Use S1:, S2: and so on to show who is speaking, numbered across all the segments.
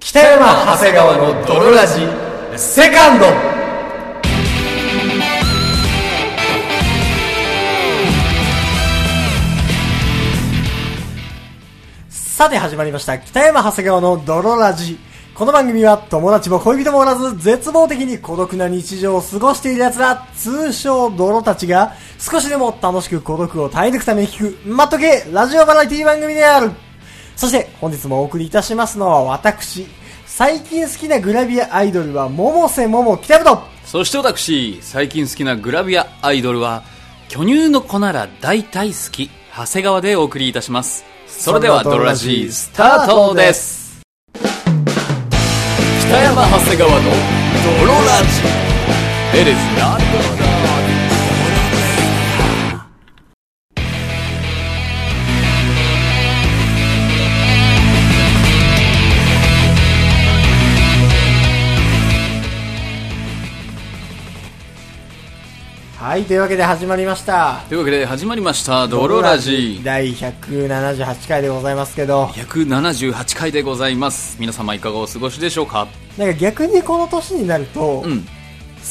S1: 北山長谷川の泥ラジセカンドさて始まりました北山長谷川の泥ラジこの番組は友達も恋人もおらず絶望的に孤独な日常を過ごしている奴ら通称泥たちが少しでも楽しく孤独を耐え抜くために聞くマット系ラジオバラエティ番組であるそして本日もお送りいたしますのは私、最近好きなグラビアアイドルは百瀬桃北部と
S2: そして私、最近好きなグラビアアイドルは、巨乳の子なら大体好き、長谷川でお送りいたします。それでは、ドロラジー、スタートです。北山長谷川のドロラジー。It is not
S1: はい、というわけで始まりました。
S2: というわけで、始まりました、ドロラジー。
S1: 第178回でございますけど、
S2: 178回でございます。皆様いかがお過ごしでしょうか
S1: なんか逆にこの年になると、
S2: う
S1: 好
S2: ん。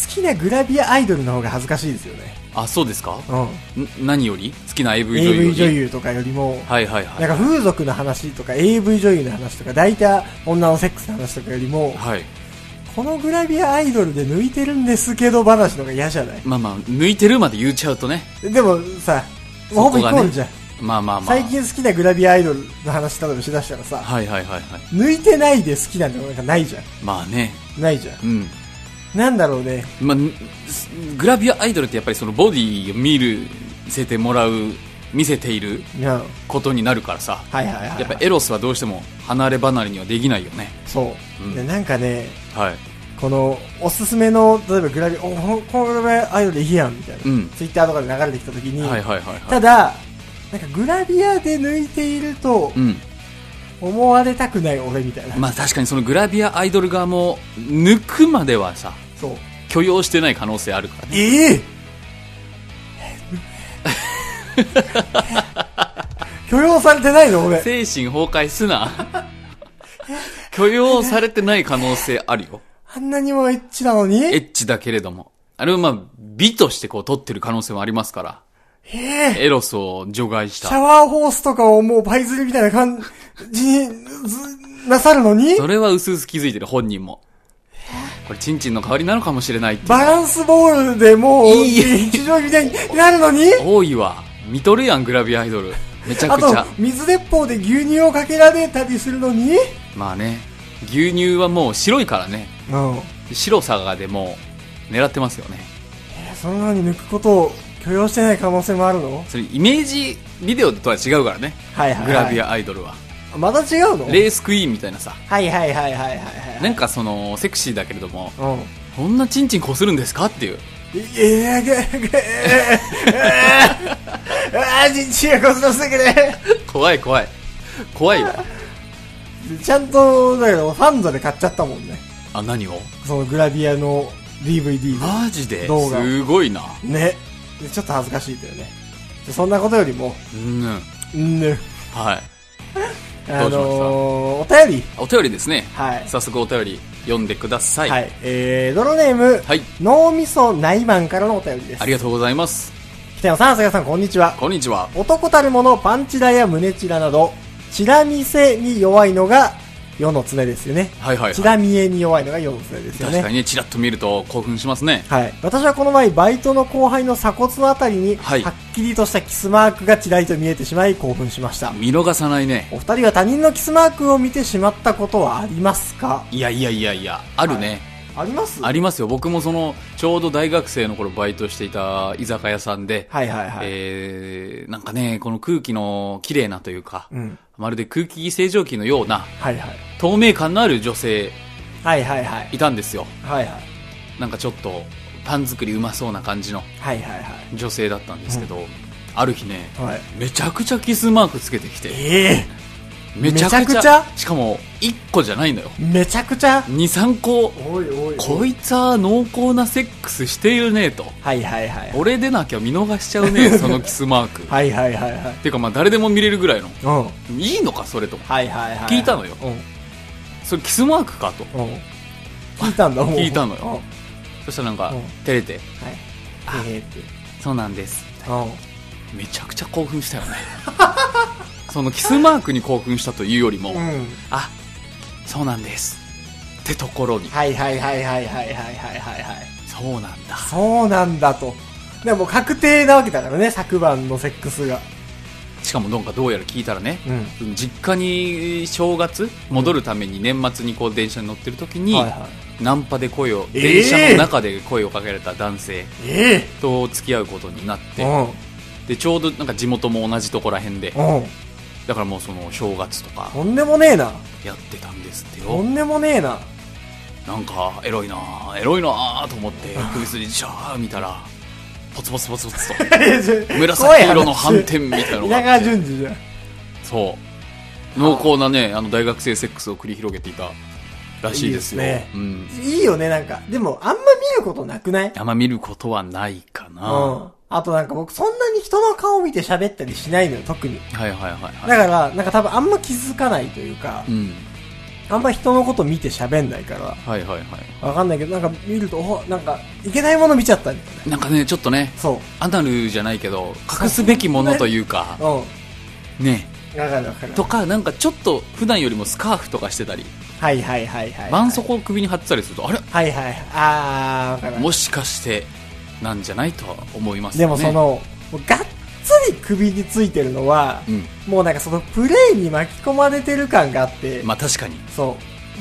S1: きなグラビアアイドルの方が恥ずかしいですよね。
S2: あ、そうですか
S1: うん
S2: 何より好きな AV
S1: ん。
S2: 女優よ
S1: AV
S2: り
S1: 女優とかよりも、
S2: はいはいは
S1: ないん。か風俗の話とか AV 女優の話とか、大体女のセックスの話とかよりも、
S2: はい。
S1: このグラビアアイドルで抜いてるんですけど話の方が嫌じゃない
S2: まあまあ、抜いてるまで言っちゃうとね。
S1: でもさ、
S2: そ
S1: ほぼ
S2: こ
S1: イコ
S2: がね
S1: ールじゃん。
S2: まあまあまあ。
S1: 最近好きなグラビアアイドルの話例えばしだしたらさ、
S2: はいはいはいはい。
S1: 抜いてないで好きなんてなんかないじゃん。
S2: まあね。
S1: ないじゃ
S2: うん。
S1: ん。なんだろうね。
S2: まあ、んすグラビアアイドルってやっぱりそのボディを見る、見せてもらう、見せている
S1: いや
S2: ことになるからさ。
S1: はいはいはい。
S2: やっぱエロスはどうしても離れ離れにはできないよね。
S1: そう、
S2: うん
S1: でなんかね、
S2: はい。
S1: この、おすすめの、例えばグラビア、おほんこのグラビアアイドルいいやん、みたいな。
S2: うん
S1: ツイッターとかで流れてきた時に、
S2: はいはいはいは
S1: た
S2: い。
S1: だ、なんかグラビアで抜いていると
S2: う、ん。
S1: 思われたくない俺みたいな。
S2: まあ確かにそのグラビアアイドル側も、抜くまではさ、
S1: そう。
S2: 許容してない可能性あるからね。
S1: ええ許容されてないの俺。
S2: 精神崩壊 すな。許容されてない可能性あるよ。
S1: あんなにもエッチなのに
S2: エッチだけれども。あれはまあ、美としてこう撮ってる可能性もありますから。
S1: ええ
S2: エロスを除外し
S1: シャ
S2: た。
S1: ワーホースとかをもうパイズリみたいな感じに、ずなさるのに
S2: それは薄々気づいてる本人も。これ、チンチンの代わりなのかもしれないっていう。
S1: バランスボールでもう、
S2: いい
S1: 日常みたいになるのに
S2: 多いわ。見とるやん、グラビアアイドル。めちゃ
S1: あ
S2: くち
S1: と
S2: ゃ。、
S1: 水鉄砲で牛乳をかけられたりするのに
S2: まあね。牛乳はもう白いからね。
S1: うん。
S2: 白さがでも、狙ってますよね。
S1: えそんなに抜くことを許容してない可能性もあるの
S2: それ、イメージビデオとは違うからね。
S1: はいはいはい
S2: グラビアアイドルは。
S1: また違うのはい
S2: レースクイーンみたいなさ。
S1: はいはいはいはいはい。
S2: なんかその、セクシーだけれども、
S1: うん。
S2: こんなチンチンこするんですかっていう。
S1: ええげ、ええ、ああ、ちんちがこそしてくれ。
S2: 怖い怖い。怖いよ。
S1: ちゃんと、だけど、ファンドで買っちゃったもんね。
S2: あ、何を
S1: そのグラビアの DVD が。
S2: マジで
S1: 動画
S2: すごいな。
S1: ね。でちょっと恥ずかしいんだよね。でそんなことよりも、
S2: うん。
S1: んぬ。
S2: はい。
S1: あ
S2: どうしました
S1: のー、お便り。
S2: お便りですね。
S1: はい。
S2: 早速お便り読んでください。
S1: はい。えー、ドロネーム、
S2: はい
S1: 脳みそ内マンからのお便りです。
S2: ありがとうございます。
S1: 北野さん、長谷川さん、こんにちは。
S2: こんにちは。
S1: 男たるものパンチラや胸チラなど、チラ見せに弱いのが世の常ですよね。
S2: はいはい、
S1: チ
S2: は
S1: ラ
S2: い。
S1: 見えに弱いのが世の常ですよ
S2: 確か
S1: ね。
S2: にね、チラッと見ると興奮しますね。
S1: はい。私はこの前、バイトの後輩の鎖骨のあたりに、は
S2: はい
S1: っきりとしたキスマークがちらりと見えてしまい、興奮しました。
S2: 見逃さないね。
S1: お二人は他人のキスマークを見てしまったことはありますか
S2: いやいやいやいや、あるね。
S1: あります
S2: ありますよ。僕もその、ちょうど大学生の頃バイトしていた居酒屋さんで、
S1: はいはいはい。
S2: えー、なんかね、この空気の綺麗なというか、
S1: うん。
S2: まるで空気清浄機のような
S1: はいはい。
S2: 透明感のある女性
S1: はいはいはい。
S2: いたんですよ。
S1: はいはい。
S2: なんかちょっとパン作りうまそうな感じの
S1: はいはいはい。
S2: 女性だったんですけど、ある日ね、
S1: はい。
S2: めちゃくちゃキスマークつけてきて、
S1: ええ
S2: めちゃくちゃ、
S1: めちゃくちゃ
S2: しかも1個じゃないのよ。
S1: めちゃくちゃ。
S2: 2、3個、
S1: おいおいおい。
S2: こいつは濃厚なセックスしているねと。
S1: はいはいはい。
S2: 俺でなきゃ見逃しちゃ うね、そのキスマーク。
S1: はいはいはいはい。
S2: てかまあ誰でも見れるぐらいの。
S1: うん。
S2: いいのか、それとも。
S1: はいはいはい。
S2: 聞いたのよ
S1: うん。
S2: それキスマークかと
S1: うん聞いたんだもう
S2: 聞いたのよ
S1: うんはい
S2: そしたらなんか
S1: うん
S2: 照れてあ
S1: ええって
S2: そうなんです
S1: う
S2: めちゃくちゃ興奮したよね そのキスマークに興奮したというよりも、
S1: んうん
S2: あそうなんですってところに
S1: はいはいはいはいはいはいはいはいはい
S2: そうなんだ
S1: そうなんだとでも確定なわけだからね昨晩のセックスが
S2: しかもどんかどうやら聞いたらね、
S1: うん
S2: 実家に正月戻るために年末にこう電車に乗ってる時に、
S1: はいは
S2: ナンパで声を、
S1: えー
S2: 電車の中で声をかけられた男性
S1: ええ
S2: と付き合うことになって、
S1: うん
S2: でちょうどなんか地元も同じとこら辺で
S1: うん
S2: だからもうその正月とか
S1: とんでもねえな
S2: やってたんですって
S1: と
S2: よ
S1: んでもねえな
S2: なんかエロいなあエロいなあと思って首筋シャー見たらポツポツポツポツ と 紫色の斑点みたいなのが
S1: 稲
S2: あっ
S1: 川
S2: て
S1: 淳二じゃん
S2: そう濃厚なねあの大学生セックスを繰り広げていたらしいですよ
S1: いいですね
S2: うん、
S1: いいよねなんかでもあんま見ることなくない
S2: あんま見ることはないか
S1: う
S2: な、
S1: んあとなんか僕そんなに人の顔見て喋ったりしないのよ特に
S2: はいはいはいはい
S1: だからなんか多分あんま気づかないというか
S2: うん
S1: あんま人のこと見て喋んないから
S2: はいはいはい
S1: わかんないけど、なんか見ると、おなんか、いけないもの見ちゃったんだよね。
S2: なんかねちょっとね
S1: そう。
S2: アナルじゃないけど隠すべきものというか
S1: う
S2: ね
S1: ん。わかるわかる。
S2: とかなんかちょっと普段よりもスカーフとかしてたり
S1: はいはいはいはい。
S2: 絆創膏を首に貼ってたりするとあれ
S1: はいはいはい。あー、わかるわか
S2: もしかしてなんじゃないとは思います
S1: る。
S2: ね
S1: でもその、もうがっつり首についてるのは、
S2: うん
S1: もうなんかそのプレイに巻き込まれてる感があって、
S2: まあ確かに
S1: そ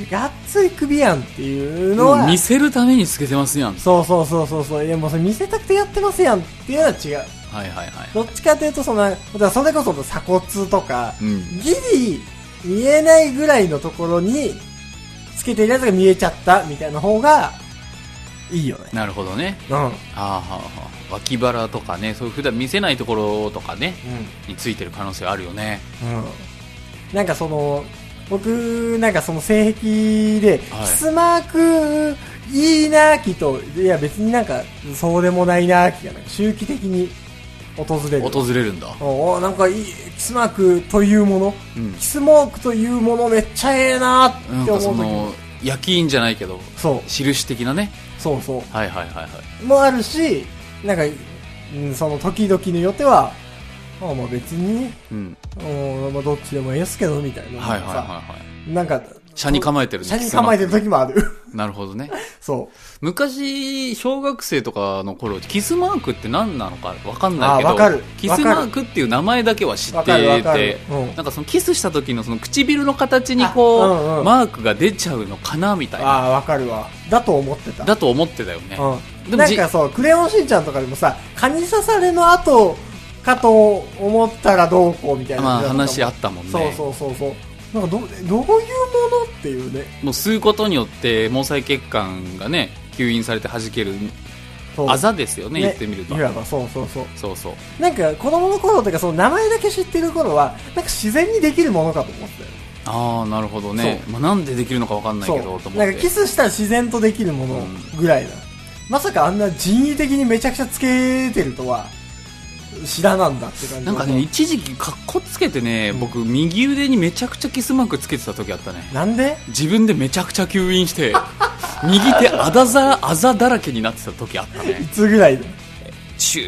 S1: う。がっつり首やんっていうの
S2: もう
S1: は、
S2: 見せるためにつけてますやんはい
S1: そうそうそうそうそう。いやもうそれ見せたくてやってますやんっていうのは違う。
S2: はいはい
S1: どっちかというとその、だからそれこそ鎖骨とか、
S2: うん
S1: ギリ見えないぐらいのところにつけてるやつが見えちゃったみたいな方がいいよね。
S2: なるほどね
S1: うん。うん。
S2: あーはーはー脇腹とかねそういう普段見せないところとかねについてる可能性あるよね
S1: うん。なんかその、僕、なんかその性癖で、
S2: はい
S1: キスマーク、いいなーきと、いや別になんか、そうでもないなーきが、なんか周期的に訪れる。
S2: 訪れるんだ
S1: おおなんかいい、キスマークというもの、
S2: うん
S1: キスモークというものめっちゃええなー
S2: な
S1: っ
S2: ん
S1: て
S2: かそ
S1: 思う
S2: の
S1: とき
S2: 焼き印じゃないけど
S1: そう、
S2: 印的なね
S1: そうそう。
S2: はいはいはいはい
S1: もあるし、なんか、うん、その時々によっては、あまあ別に、
S2: うん
S1: うんまあどっちでもええっすけど、みたいな。
S2: はいはいはい
S1: なんか
S2: はい
S1: さなんか、
S2: 車に構えてる
S1: 車に構えてる時もある。
S2: なるほどね
S1: そ
S2: 昔小学生とかの頃キスマークって何なのか分かんないけど
S1: あわかる
S2: キスマークっていう名前だけは知っ
S1: わかる
S2: て
S1: わ
S2: い
S1: か
S2: て
S1: る、うん
S2: なんかそのキスした時のその唇の形にこう、
S1: あうんうん
S2: マークが出ちゃうのかなみた
S1: う。
S2: いな
S1: ああ、わかるわ。だと思ってた。
S2: だと思ってたよね、
S1: う
S2: で
S1: ん。
S2: も
S1: な
S2: じ
S1: んかそう、クレヨンしんちゃんとかでもさ、蚊に刺されの後かと思ったらどうこうみたいな。
S2: まあ話あったもんね
S1: そうそうそうそう。なんかど、どういうものっていうね。
S2: もう吸うことによって毛細血管がね吸引されて弾ける
S1: そう
S2: あざですよね言ってみると
S1: いわばそうそうそう。
S2: そうそう
S1: なんか子供の頃とかその名前だけ知ってる頃はなんか自然にできるものかと思ってたよ
S2: ああなるほどね、まあ、なんでできるのか分かんないけどと思っ
S1: そ
S2: て
S1: うなんかキスしたら自然とできるものぐらいな、まさかあんな人為的にめちゃくちゃつけてるとは知らなんだって感じ
S2: なんかね、一時期、かっこつけてね、僕、右腕にめちゃくちゃキスマークつけてた時あったね。
S1: なんで
S2: 自分でめちゃくちゃ吸引して、 右手あだざ、あざだらけになってた時あった
S1: い
S2: ね。
S1: つぐらいで
S2: 中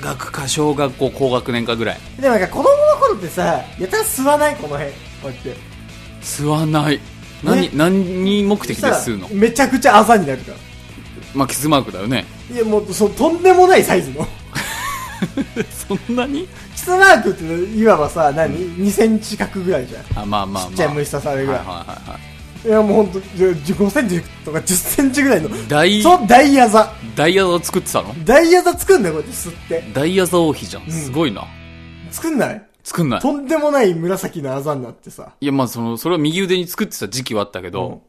S2: 学か小学校高学年かぐらい。
S1: でもなんか子供の頃ってさやたら吸わないこの辺こうやって
S2: 吸わない。何、
S1: ね
S2: 何目的で
S1: そした
S2: 吸う
S1: ら
S2: の
S1: めちゃくちゃあざになるから
S2: まあ、キスマークだよね。
S1: いやもうそうとんでもないサイズの
S2: そんなに
S1: キスマークっていわばさ何、2センチ角ぐらいじゃん
S2: あ、まあまあまあ。
S1: ちっちゃい虫刺されるぐらい
S2: はいはいはい
S1: いやもうほんと5センチとか10センチぐらいの
S2: はい。
S1: そ
S2: 大、
S1: のダイヤ座
S2: ダイヤを作ってたの
S1: ダイヤ座作んないこうやって吸って
S2: ダイヤ座王妃じゃん。すごいな。
S1: 作んない
S2: 作んない。
S1: とんでもない紫のあざになってさ、
S2: いや、まあ、その、それは右腕に作ってた時期はあったけど、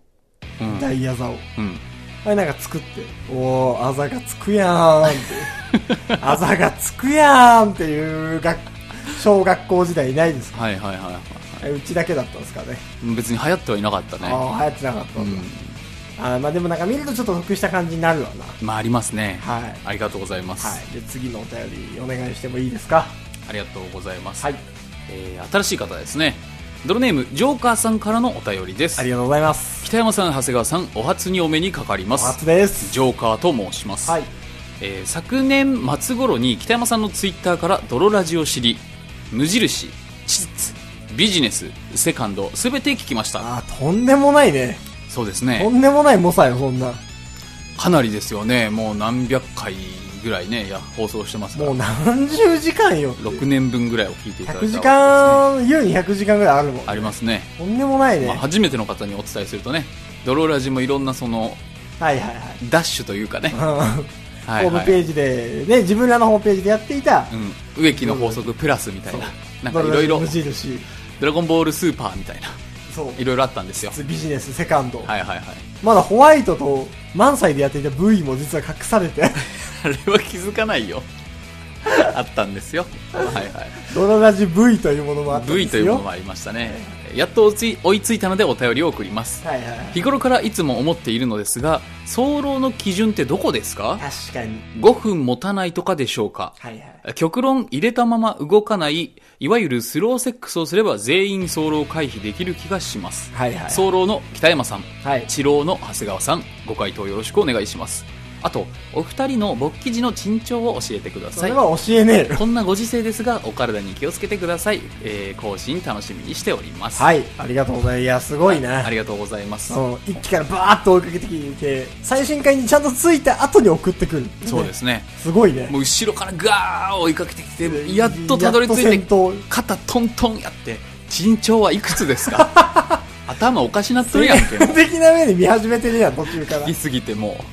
S2: うん
S1: ダイヤ座を
S2: うん。
S1: あれなんか作っておおあざがつくやーんって あざがつくやーんっていう学小学校時代いないですか
S2: はいはいはいは
S1: うちだけだったんですかね
S2: い。別に流行ってはいなかったね。
S1: ああ流行ってなかった
S2: うん
S1: だ、
S2: ん。
S1: あーまあでもなんか見るとちょっと得した感じになるわな
S2: まあ、ありますね。
S1: はい
S2: ありがとうございます。
S1: はいで次のお便りお願いしてもいいですか
S2: ありがとうございます。
S1: はい
S2: えー、新しい方ですね。ドロネームジョーカーさんからのお便りです
S1: ありがとうございます。
S2: 北山さん長谷川さんお初にお目にかかりま
S1: お初
S2: す
S1: です。
S2: ジョーカーと申します、
S1: はい。
S2: えー昨年末頃に北山さんのツイッターから「泥ラジ」を知り無印地図ビジネスセカンド全て聞きました
S1: あーとんでもないね。
S2: そうです
S1: と
S2: ね
S1: んでもない猛者よ、そんな。
S2: かなりですよねもう何百回ぐらいねいや放送してますか
S1: も
S2: ら
S1: う何十時間よ。
S2: 6年分ぐらいを聞いていただい
S1: 100
S2: たわけ
S1: 時
S2: ですね
S1: 間、優に100時間ぐらいあるもん。
S2: ありますね、
S1: とんでもないね。
S2: まあ、
S1: は
S2: 初めての方にお伝えするとね泥ラジもいろんなその
S1: いはい
S2: ダッシュというかね、
S1: はい。
S2: はい
S1: ホー
S2: は
S1: ムペ
S2: い
S1: ージで、ね、自分らのホームページでやっていた、
S2: うん、植木の法則プラスみたいななんかいろい
S1: ド
S2: ろ
S1: ラジ無印、
S2: 「ドラゴンボールスーパー」みたいな
S1: そう。
S2: いろいろあったんですよ
S1: ビジネス、セカンド。
S2: はいはいはい
S1: まだホワイトと満載でやっていた部位も実は隠され て、
S2: あれは気づかないよあったんですよはいはい
S1: ドロラジ V というものもあったんで
S2: V と
S1: す
S2: いうもの
S1: よ。
S2: もありましたねやっと追いつい追いついたのでお便りを送ります
S1: はいはい。
S2: 日頃からいつも思っているのですが早漏の基準ってどこですか
S1: 確かに。
S2: 5分持たないとかでしょうか
S1: はいはい。
S2: 極論入れたまま動かないいわゆるスローセックスをすれば全員早漏を回避できる気がします
S1: はいはい。
S2: 早漏の北山さん
S1: はい。
S2: 治療の長谷川さんご回答よろしくお願いしますあとお二人の勃起時の珍重を教えてくだ
S1: そ
S2: さい
S1: れは教えねえよ。
S2: こんなご時世ですがお体に気をつけてください、えー、更新楽しみにしております
S1: はい。ありがとうございます。いや、すごいな
S2: あ。りがとうございます
S1: そう一気からバーッと追いかけてきて、最新回にちゃんとついた後に送ってくる。。
S2: そうですすね
S1: すごいね。
S2: もう後ろからガー追いかけてきてやっとたどり着
S1: やっ
S2: い
S1: と
S2: て
S1: 先頭
S2: 肩トントンやって身長はいくつですか 頭おかしなっとるやんけ もう
S1: 的な目で見始めてるやん、途中から。
S2: 行
S1: い
S2: きすぎても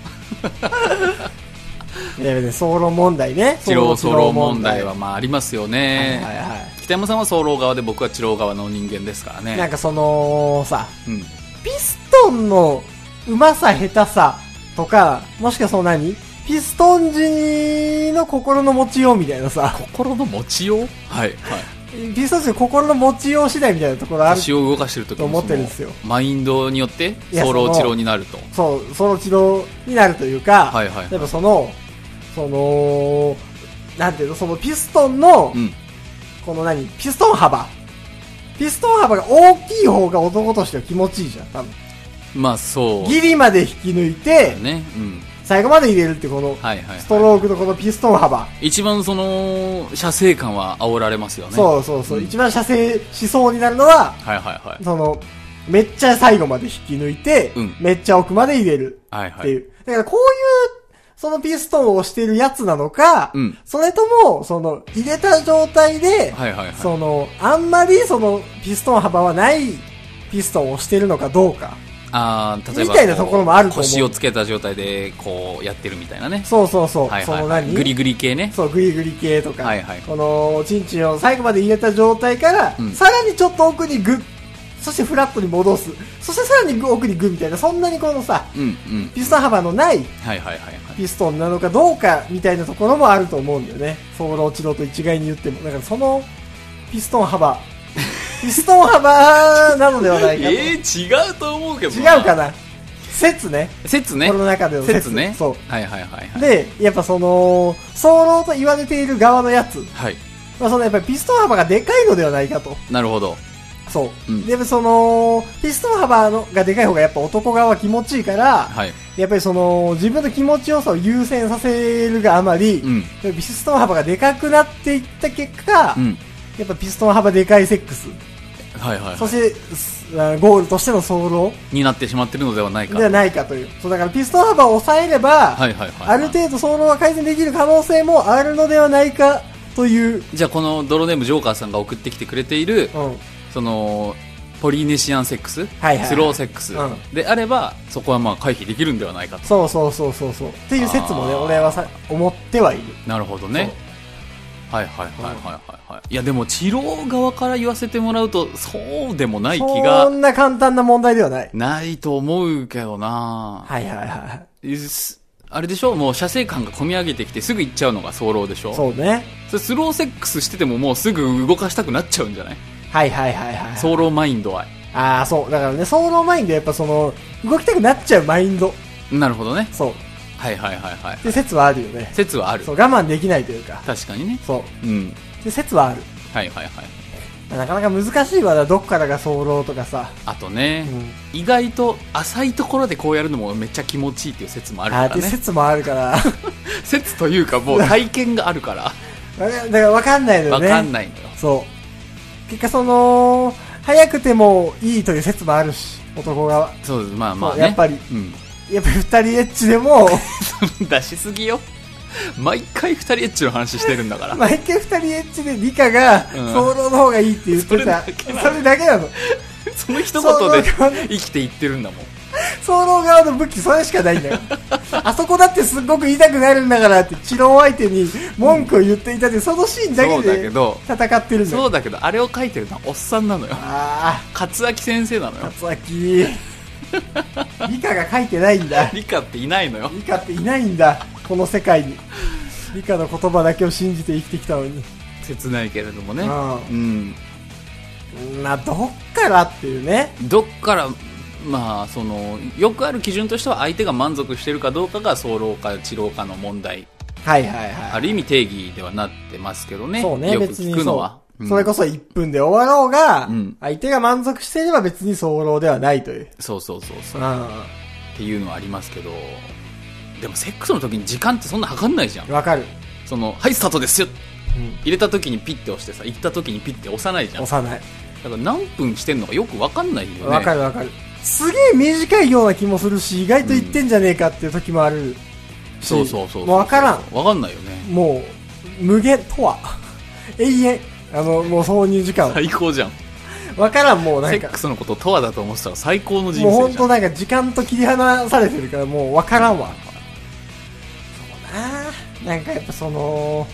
S1: やいや、ソロ問題ね。
S2: う治療ソロ問題は。まあありますよね、
S1: はいはいは
S2: 北山さんは早漏側で僕は治療側の人間ですから
S1: い。なん
S2: ね
S1: かその、さ、
S2: うん
S1: ピストンのうまさ下手さとか、もしくはその何ピストン時の心の持ちようみたいなさ、
S2: 心の持ちようはいはい
S1: ピストン時の心の持ちよう次第みたいなところある。
S2: 腰を動かしてる時も
S1: と思ってるんですよ
S2: そのマインドによって
S1: いや
S2: 早漏
S1: その
S2: 治療になると
S1: そう、その治療になるというか、
S2: はいはいはい
S1: やっぱその、その、なんていうの、そのピストンの、
S2: うん
S1: この何、ピストン幅。ピストン幅が大きい方が男としては気持ちいいじゃん、多分。
S2: まあそう
S1: ギリまで引き抜いて、
S2: ねうん
S1: 最後まで入れるってこの、
S2: はいはい
S1: ストロークのこのピストン幅。
S2: 一番その射精感は煽られますよね
S1: そうそうそう、
S2: ん
S1: 一番射精しそうになるのは、
S2: はいはいはい
S1: その、めっちゃ最後まで引き抜いて、
S2: うん
S1: めっちゃ奥まで入れる
S2: はいは
S1: っていう。
S2: い
S1: だからこういう、そのピストンを押してるやつなのか、
S2: うん
S1: それとも、その、入れた状態で、
S2: はいはいは
S1: その、あんまりその、ピストン幅はないピストンを押してるのかどうか。
S2: いああ例えば
S1: みたいなところもあると思う
S2: 腰をつけた状態でこうやってるみたいなね
S1: そうそうそう。
S2: はい
S1: そ
S2: はい
S1: の
S2: はい
S1: 何
S2: グリグリ系ね
S1: そう、グリグリ系とか、
S2: はいはい
S1: この、チンチンを最後まで入れた状態から、
S2: うん
S1: さらにちょっと奥にグッ、そしてフラットに戻す、そしてさらに奥にグッみたいな、そんなにこのさ、
S2: うんうん
S1: ピストン幅のない
S2: はいはいはいはい
S1: ピストンなのかどうかみたいなところもあると思うんだよね。ソーロチロと一概に言っても。だからその、ピストン 幅、ピストン幅なのではないかと。
S2: えー、違うと思うけど
S1: 違うかな説ね。
S2: 説ね
S1: この中での説
S2: 説ね
S1: そう
S2: はいはいはいはい
S1: で、やっぱその、ソーロと言われている側のやつ、
S2: はい
S1: まあ、そのやっぱりピストン幅がでかいのではないかと。
S2: なるほど
S1: そう。
S2: うん
S1: で、その、ピストン幅のがでかい方がやっぱ男側は気持ちいいから、
S2: はい
S1: やっぱりその、自分の気持ちよさを優先させるがあまり、
S2: うん
S1: ピストン幅がでかくなっていった結果、
S2: うん
S1: やっぱピストン幅でかいセックス、
S2: はいはい、
S1: そ
S2: は
S1: してすあゴールとしての走路
S2: い、になってしまってるのではないか
S1: ではないかという。そうだからピストン幅を抑えれば、
S2: はいはいはい、
S1: ある程度走路は改善できる可能性もあるのではないかという、
S2: じゃあこのドロネームジョーカーさんが送ってきてくれている
S1: うん。
S2: そのポリネシアンセックス、
S1: はいはい
S2: スローセックス、
S1: うん
S2: であればそこはまあ回避できるんではないかと
S1: そうそうそうそうそう。っていう説もね、
S2: あー
S1: 俺はさ、思ってはいる。
S2: なるほどねはいはいはいはいはいはいいやでも治療側から言わせてもらうとそうでもない気
S1: そ
S2: が
S1: んな簡単な問題ではない。
S2: ないと思うけどな、
S1: はいはいはい。
S2: いすあれでしょもう射精感が込み上げてきてすぐ行っちゃうのが早漏でしょ
S1: そうね。
S2: それスローセックスしててももうすぐ動かしたくなっちゃうんじゃない
S1: はいはいはいはい。
S2: 早漏マインドは
S1: ああ、そう。だからね、ソロマインドやっぱその、動きたくなっちゃうマインド。
S2: なるほどね
S1: そう。
S2: はいはいはいはい
S1: って説はあるよね。
S2: 説はある
S1: そう、我慢できないというか。
S2: 確かにね
S1: そ
S2: うん
S1: う。で説はある。
S2: はいはいはい
S1: なかなか難しいわなどっからが早漏とかさ
S2: あとね、意外と浅いところでこうやるのもめっちゃ気持ちいいっていう説もあるか
S1: あ
S2: ら
S1: ーって
S2: ね
S1: 説もあるから
S2: 説というかもう体験があるから
S1: だから分かんないのよ
S2: わ
S1: ね
S2: かんないのよ
S1: そう結果その早くてもいいという説もあるし男側
S2: そうまあまあ
S1: そう
S2: ね
S1: やっぱり
S2: う
S1: やっぱり二人エッチで も
S2: ん、 出しすぎよ毎回二人エッチの話してるんだ から
S1: 毎回二人エッチで理科が
S2: うん
S1: 早漏の方がいいって言ってた、
S2: それだけなの
S1: それだけなの
S2: その一言で
S1: そうそう
S2: 生きていってるんだもん
S1: 早漏側の武器それしかないんだ よあそこだってすっごく痛くなるんだからって治療相手に文句を言っていたって、そのシーンだ
S2: そうだ
S1: け
S2: け
S1: で
S2: ど
S1: 戦ってるんだ
S2: そ
S1: よ
S2: うだけどあれを書いてるのはおっさんなのよ
S1: あ
S2: 勝明先生なの
S1: あ
S2: よ
S1: つあ き理科が書いてないんだ
S2: 理科っていないのよ
S1: 理科っていないんだこの世界に理科の言葉だけを信じて生きてきたのに
S2: 切ないけれどもね
S1: う
S2: うん
S1: まあどっからっていうね
S2: どっからまあそのよくある基準としては相手が満足してるかどうかが早漏か治療かの問題
S1: はいはいは
S2: ある意味定義ではなってますけど
S1: い
S2: ね
S1: そうね
S2: よく
S1: 別
S2: 聞
S1: に
S2: くの
S1: そ
S2: は
S1: う、
S2: うん
S1: それこそ1分で終わろうが、
S2: うん
S1: 相手が満足していれば別に早漏ではないという
S2: そうそうそうそううん
S1: わ
S2: っていうのはありますけどでもセックスの時に時間ってそんな測んないじゃん
S1: かる、
S2: その「はいスタートですよ
S1: うん」
S2: 入れた時にピッて押してさ行った時にピッて押さないじゃんだか
S1: 幼い
S2: ら何分してんのかよく分かんないよね
S1: わかるわかるすげえ短いような気もするし意外と言ってんじゃねえかっていう時もあるし
S2: そうそうそう
S1: もう分からん
S2: 分かんないよね
S1: もう無限とは 永遠あのもう挿入時間
S2: 最高じゃん
S1: わからんもうな
S2: セ
S1: ん
S2: ッ
S1: か
S2: クスのこととはだと思ってたら最高の人
S1: もうほ
S2: 生
S1: ん
S2: じゃ
S1: と
S2: ん
S1: なんか時間と切り離されてるからもうわからんわ。そうなあなんかやっぱその、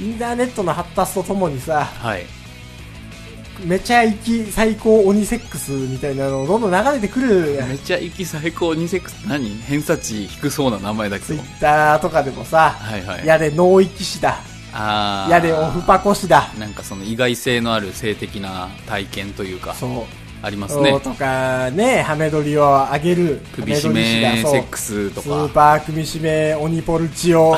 S1: インターネットの発達とともにさ、
S2: はい
S1: めちゃイき最高鬼セックスみたいなのどんどん流れてくるやん。
S2: めちゃ息最高にセックス何偏差値低そうな名前だけ
S1: ツイ
S2: ど
S1: ッターとかでもさ、
S2: はいはい
S1: やれ脳域師だ、
S2: あー
S1: やれオフパコ師だ、
S2: なんかその意外性のある性的な体験というか
S1: そう。
S2: ありますね
S1: とかね、ハメ撮りを上げる、
S2: 首絞め
S1: そう
S2: セックスと
S1: スー
S2: か
S1: パー首絞め鬼ポルチ オ、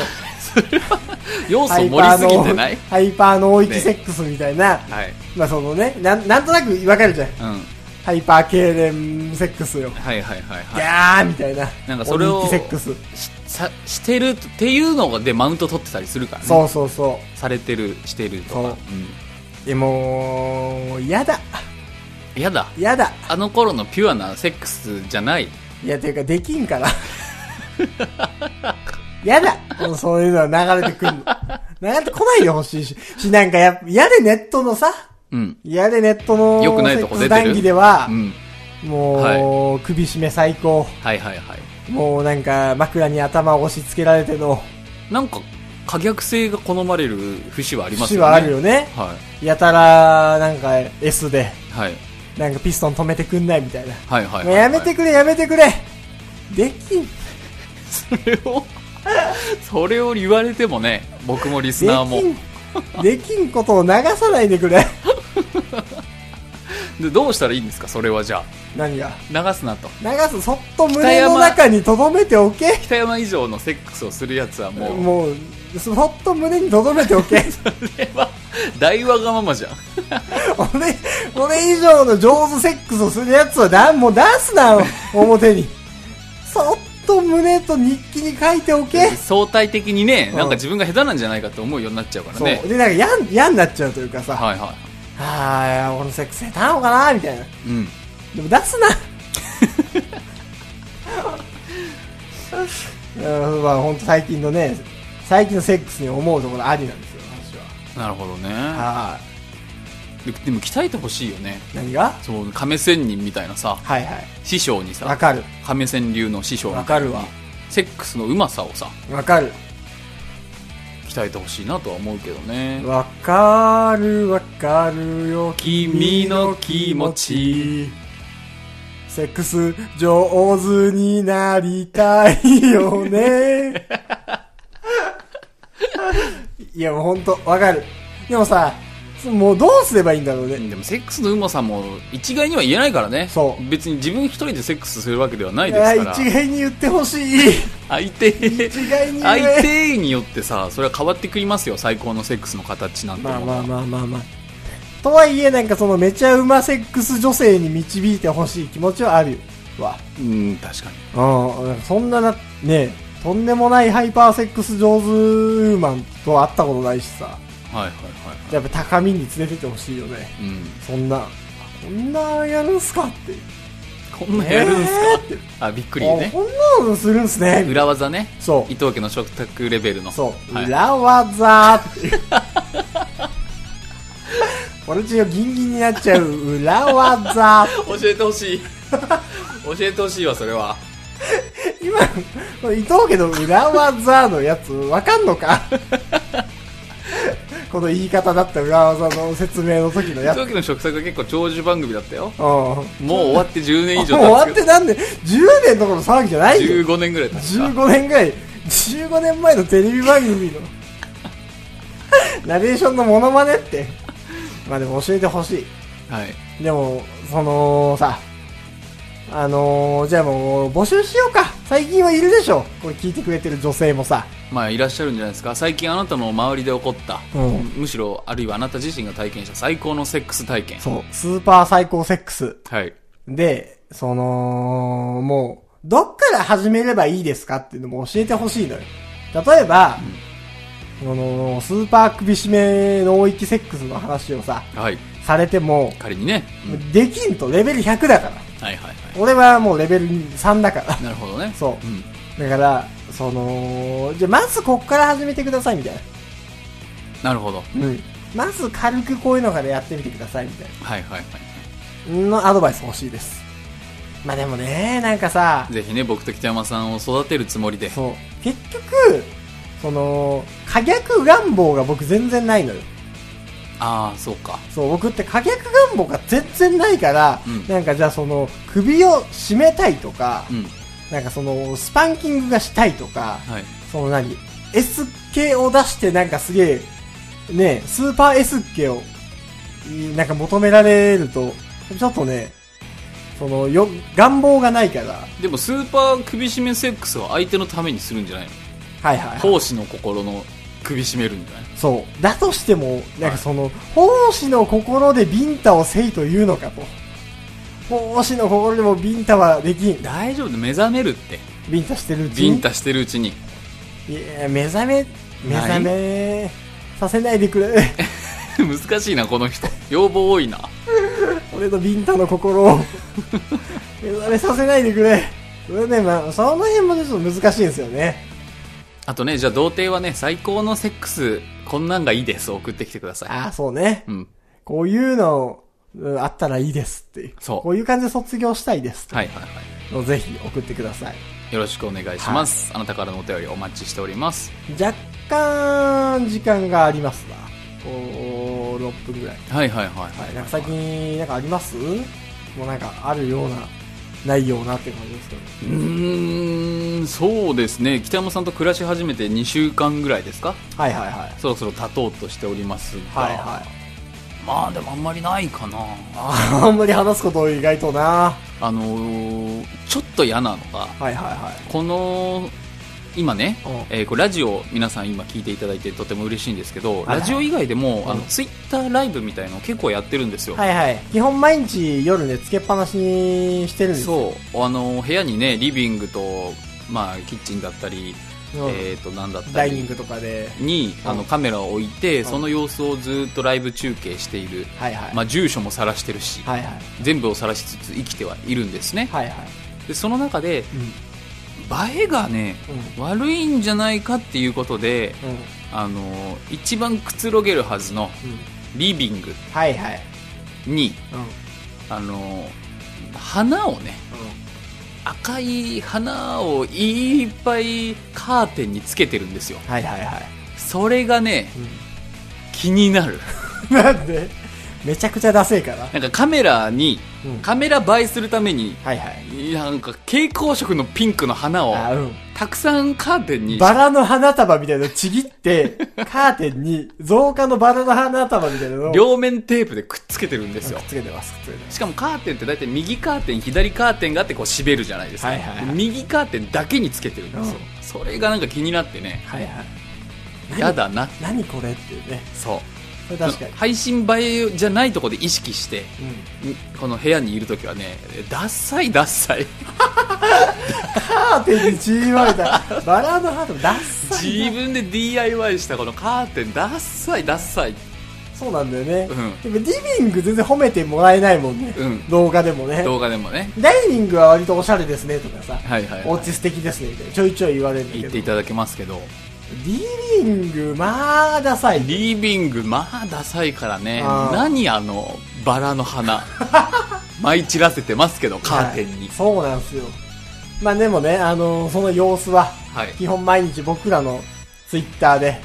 S2: 要素
S1: ハイパ
S2: 盛
S1: ー
S2: りすぎ てない
S1: の、ハイパーの域セックスみたいな、
S2: はい、
S1: まあそのね、なんなんとなくわかるじゃん。
S2: うん、
S1: ハイパー痙攣セックスよ。
S2: はいはいはい
S1: ギ
S2: はい
S1: ャーみたいな。
S2: なんかそれを
S1: 鬼域セックス。
S2: しさしてるっていうのでマウント取ってたりするからね
S1: そうそうそ
S2: されてるしてるとか
S1: そうう。でもう、やだ。
S2: うん、やだ
S1: やだ。
S2: あの頃のピュアなセックスじゃない
S1: いや、ていうか、できんから。 やだ。もうそういうのは流れてくんの。流れてこないでほしいし。し、なんかやっぱ、やでネットのさ、
S2: うん
S1: やでネットの、
S2: 良くないとこ出てる
S1: 談義では
S2: う、ん
S1: もう、首絞め最高。
S2: はいはいはい
S1: もうなんか、枕に頭を押し付けられての、
S2: なんか可逆性が好まれる節はあります
S1: 節
S2: よね
S1: はあるよね。
S2: は
S1: やたら、なんか S で、
S2: いはい
S1: なんかピストン止めてくんないみたいな。
S2: はいはいはい、
S1: もうやめてくれ、やめてくれできん、で
S2: それを それを言われてもね僕もリスナーも
S1: きん、できんことを流さないでくれ。
S2: でどうしたらいいんですかそれはじゃあ
S1: 何が
S2: 流すなと
S1: 流す、そっと胸の中に留めておけ。
S2: 北山以上のセックスをするやつはもう
S1: もう、そっと胸に留めておけ。
S2: それは大わがままじゃん
S1: 俺、俺以上の上手セックスをするやつはだ、もう出すな、表に。そっと胸と日記に書いておけ。
S2: 相対的にね
S1: うん
S2: なんか自分が下手なんじゃないかって思うようになっちゃうから
S1: そう。
S2: ね
S1: で、なんか嫌ん、嫌になっちゃうというかさ。
S2: はいは
S1: あーいや、俺のセックス下手なのかなみたいな。
S2: いうん
S1: でも出すなうん まあ本当最近のね、最近のセックスに思うところありなんですよ、
S2: なるほどね
S1: 私は。はい。
S2: ででも鍛えてほしいよね
S1: 何が
S2: そう亀仙人みたいなさ
S1: はいはい。
S2: 師匠に
S1: わ
S2: さ
S1: かる。
S2: 亀仙流の師匠
S1: わ
S2: みた
S1: か
S2: いに
S1: るわ。
S2: セックスのうまさをさ
S1: わかる。
S2: 鍛えてほしいなとは思うけどね
S1: わかるわかるよ、
S2: 君の気持ち。
S1: セックス上手になりたいよ ね。いやもうほんと、わかる。でもさ、もうどうすればいいんだろうね。
S2: でもセックスのうまさも一概には言えないからね
S1: そう
S2: 別に自分一人でセックスするわけではない
S1: い
S2: です
S1: や
S2: から
S1: 一概に言ってほしい。
S2: 相手
S1: 一概に言え
S2: 相手によってさそれは変わってくりますよ最高のセックスの形なんて
S1: まあ
S2: もの
S1: ま
S2: は
S1: あまあまあまあ。とはいえ、なんかそのめちゃうまセックス女性に導いてほしい気持ちはあるわ。
S2: うん、確かに。
S1: うん、なんかそんなな、ね、とんでもないハイパーセックス上手ウーマンと会ったことないしさ、
S2: はいはいはいは
S1: やっぱ高みに連れてってほしいよね。
S2: い。うん。
S1: そんな、こんなやるんすかって。
S2: こんなんやるんすか、
S1: えーって
S2: あ、びっくりね
S1: あ。こんなのするんすね。
S2: 裏技ね。
S1: そ
S2: 伊藤家の食卓レベルの。
S1: う。そう。
S2: はい、
S1: 裏技っていう。俺ちよギンギンになっちゃう裏技。
S2: 教えてほし い。教えてほしいわ、それは。
S1: 今、この伊藤家の裏技のやつ、わかんの かこの言い方だった裏技の説明の時の
S2: 伊
S1: やつ。うん。
S2: 藤家の食卓は結構長寿番組だったよ。
S1: も
S2: もう終わって10
S1: う
S2: 年以上経つけ
S1: 終
S2: ど。
S1: わってなんで、10年どころの騒ぎじゃないよ。
S2: 15年ぐらい経った。
S1: 15年ぐらい、15年前のテレビ番組の、ナレーションのモノマネって。まあでも教えてほし
S2: はい。
S1: い。でも、そのさ、あのー、じゃあもう募集しようか。最近はいるでしょ。これ聞いてくれてる女性もさ。
S2: まあ、いらっしゃるんじゃないですか。最近あなたの周りで起こった、
S1: うん
S2: むしろ、あるいはあなた自身が体験した最高のセックス体験。
S1: そう、スーパー最高セックス。
S2: はい。
S1: で、その、もう、どっから始めればいいですかっていうのも教えてほしいのよ。例えば、その、スーパー首絞めの大域セックスの話をさ、
S2: はい。
S1: されても、
S2: 仮にね。うん
S1: できんとレベル100だから。
S2: はいはいは
S1: 俺はもうレベル3だから
S2: い。。なるほどね。
S1: そう
S2: うん。
S1: だから、その、じゃあまずこっから始めてくださいみたいな。
S2: なるほど。
S1: うん。まず軽くこういうのからやってみてくださいみたいな。
S2: はいはいは
S1: のアドバイス欲しいです。まあでもね、なんかさ
S2: い。、ぜひね、僕と北山さんを育てるつもりで。
S1: そう。結局、その、可逆願望が僕全然ないのよ。
S2: ああ、そうか。
S1: そう、僕って可逆願望が全然ないから、
S2: うん
S1: なんかじゃあその、首を絞めたいとか、
S2: うん。
S1: なんかその、スパンキングがしたいとか、
S2: はい。
S1: その何 ?S 系を出してなんかすげえ、ねえスーパー S 系を、いなんか求められると、ちょっとね、その、よ、願望がないから、
S2: でも、スーパー首絞めセックスは相手のためにするんじゃないの
S1: はいはい、はい。
S2: 講師の心の首絞めるんじゃない
S1: そう。だとしても、なんかその、奉仕の心でビンタをせいというのかと。奉仕の心でもビンタはできん。
S2: 大丈夫で目覚めるって。
S1: ビンタしてるうちに。
S2: ビンタしてるうちに。
S1: いや、目覚め、目覚め、させないでくれ。
S2: 難しいな、この人。要望多いな。
S1: 俺のビンタの心を。目覚めさせないでくれ。それね、まあ、その辺もねちょっと難しいんですよね。
S2: あとね、じゃあ童貞はね、最高のセックス、こんなんがいいです。送ってきてください。
S1: ああ、そうね。
S2: うん。
S1: こういうの、うんあったらいいですっていう。
S2: そう
S1: こういう感じで卒業したいですって
S2: はいはいは
S1: いうのをぜひ送ってください。
S2: い。よろしくお願いします。あなたからのお便りお待ちしております。
S1: 若干時間がありますな。こう、6分ぐらい。
S2: はいはいはい
S1: はい。
S2: は
S1: なんか
S2: い。
S1: 最近、なんかありますもうなんかあるような、ないようなって感じですけど。
S2: うーん、そうですね。北山さんと暮らし始めて2週間ぐらいですか
S1: はいはいはい。
S2: そろそろ経とうとしておりますが。
S1: はいはい。
S2: まあでもあんまりないかな。
S1: ああんまり話すこと意外とな。
S2: あのー、ちょっと嫌なのが、
S1: はいはいはい。
S2: この今ね
S1: うん、
S2: えーこれラジオ皆さん今聞いていただいてとても嬉しいんですけど、
S1: いはい
S2: ラジオ以外でも、あ
S1: う
S2: の
S1: ん
S2: ツイッターライブみたいの結構やってるんですよ、
S1: はいはい。基本毎日夜ね、つけっぱなしにしてるんですよ。
S2: そうあの部屋にねリビングと、まあ、キッチンだったり、
S1: うん
S2: えっ、となんだった
S1: ダイニン
S2: り
S1: グとかで。
S2: にあ
S1: うん
S2: のカメラを置いて、
S1: ん
S2: その様子をずっとライブ中継している、
S1: はいはい。
S2: まあ、住所も晒してるし、
S1: はいはい。
S2: 全部を晒しつつ生きてはいるんですね、
S1: はいはい。
S2: でその中で
S1: う
S2: 映えがね
S1: ん。うん。
S2: 悪いんじゃないかっていうことで
S1: うん。
S2: あの一番くつろげるはずの
S1: うん。
S2: リビング
S1: はいはい。
S2: に
S1: うん。うん。
S2: あの花をね赤い花をいっぱいカーテンにつけてるんですよ
S1: はいはいはい。
S2: それがね
S1: うん。
S2: 気になる
S1: なんでめちゃくちゃダセえから。
S2: なんかカメラに
S1: うん
S2: カメラ映えするために
S1: はいはい。
S2: なんか蛍光色のピンクの花を
S1: あうん。
S2: たくさんカーテンに
S1: バラの花束みたいなのちぎ って、カーテンに、造花のバラの花束みたいなのをくっ
S2: 両面テープでくっつけてるんですよ
S1: つけてます、くっつけてます。
S2: しかもカーテンって大体右カーテン左カーテンがあってこう締めるじゃないですか、
S1: はいはいはい
S2: 右カーテンだけにつけてるんですよ、それがなんか気になってね
S1: はいはい。
S2: やだな
S1: 何これっていうね。
S2: そう
S1: それ確かに。
S2: 配信映えじゃないところで意識して、
S1: うん
S2: この部屋にいるときはね、ダッサイダッサイ。
S1: カーテンにちぎまれ たバラのハートダッサい
S2: 自分で DIY したこのカーテン、ダッサイダッサイ。
S1: そうなんだよね、
S2: う
S1: でもリビング全然褒めてもらえないもんね、
S2: うん
S1: 動画でもね
S2: 動画でもね、
S1: ダイニングは割とおしゃれですねとかさ、
S2: はいはいはい
S1: お家素敵ですねみたいなちょいちょい言われるんだけ
S2: 言
S1: ど
S2: っていただけますけど、
S1: リビングまあダサい
S2: リビング、まあダサいからね、
S1: あー
S2: 何あの、バラの花。 舞い散らせてますけど、カーテンに。
S1: はいそうなんですよまあでもねあのその様子は、
S2: はい
S1: 基本毎日僕らのツイッターで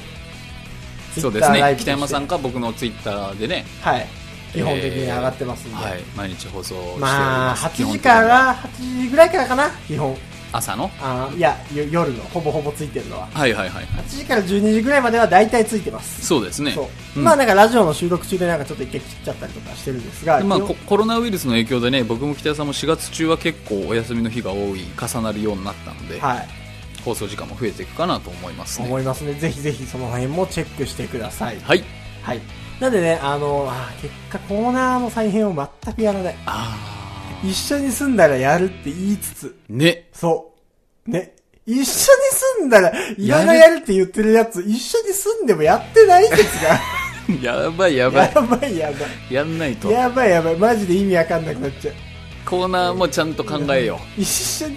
S2: そうです
S1: Twitter ライ
S2: ね。
S1: ブとして
S2: 北山さんか僕のツイッターでね、
S1: はい基本的に上がってますんで、
S2: はい、毎日放送しており
S1: まあ
S2: ます。基
S1: 8
S2: 本
S1: 時
S2: 的には
S1: から8時ぐらいからかな基本
S2: 朝の
S1: あーいやよ夜のほぼほぼついてるのは
S2: はいはいはいはい。
S1: 8時から12時ぐらいまでは大体ついてます
S2: そうですね。
S1: そう、
S2: うん
S1: まあなんかラジオの収録中でなんかちょっと一回切っちゃったりとかしてるんですが、
S2: でまあ、
S1: 基本
S2: ココロナウイルスの影響でね僕も北谷さんも4月中は結構お休みの日が多い重なるようになったので、
S1: はい
S2: 放送時間も増えていくかなと思いますね
S1: 思いますね ぜひぜひその辺もチェックしてください
S2: はい
S1: はいなんでねあのあー結果コーナーの再編を全くやらない
S2: あ
S1: 一緒に住んだらやるって言いつつ
S2: ーね
S1: そうね一緒に住んだら、いらないやるって言ってるやつ、一緒に住んでもやってないですが。
S2: やば いやば
S1: や
S2: い
S1: ばいやばい。
S2: やんないと
S1: やばいやばい、マジで意味わかんなくなっちゃう。
S2: コーナーもちゃんと考えよ
S1: 一緒に、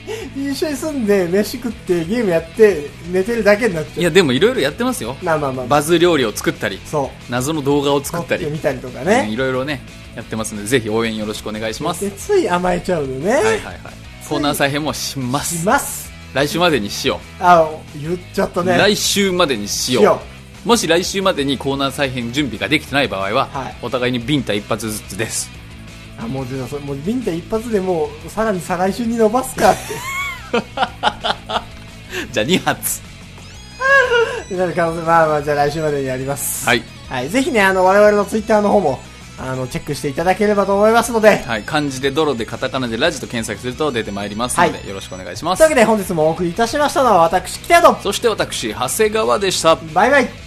S1: 一緒に住んで、飯食って、ゲームやって、寝てるだけになっ
S2: うい
S1: ちゃ
S2: やでもいろいろやってますよ
S1: う。まあまあまあ、
S2: バズ料理を作ったり
S1: そう。
S2: 謎の動画を作ったり
S1: 撮ってみたりとか
S2: うんい
S1: ね。
S2: ろいろねやってますのでぜひ応援よろしくお願いします
S1: でつい甘えちゃうのね。
S2: はいはいはいコーナー再編もしま
S1: し
S2: す
S1: ます。
S2: 来週までにしよ
S1: あ、言っちゃった
S2: う、
S1: ね。
S2: 来週までにしよう
S1: しよ
S2: もし来週までにコーナー再編準備ができてない場合は、
S1: はい
S2: お互いにビンタ一発ずつです
S1: あ、もうじゃあそれ、もうビンタ一発でもう、さらに再来週に伸ばすかっ
S2: じゃあ2発
S1: て なる可能性、まあまあ、じゃあ来週までにやります。
S2: はい、
S1: はい。ぜひね、あの、我々のツイッターの方も、あの、チェックしていただければと思いますので、
S2: はい、漢字で泥でカタカナでラジと検索すると出てまいりますので、
S1: はい
S2: よろしくお願いしま
S1: というわ
S2: す
S1: けで本日もお送りいたしましたのは私、北野と、
S2: そして私長谷川でした
S1: バイバイ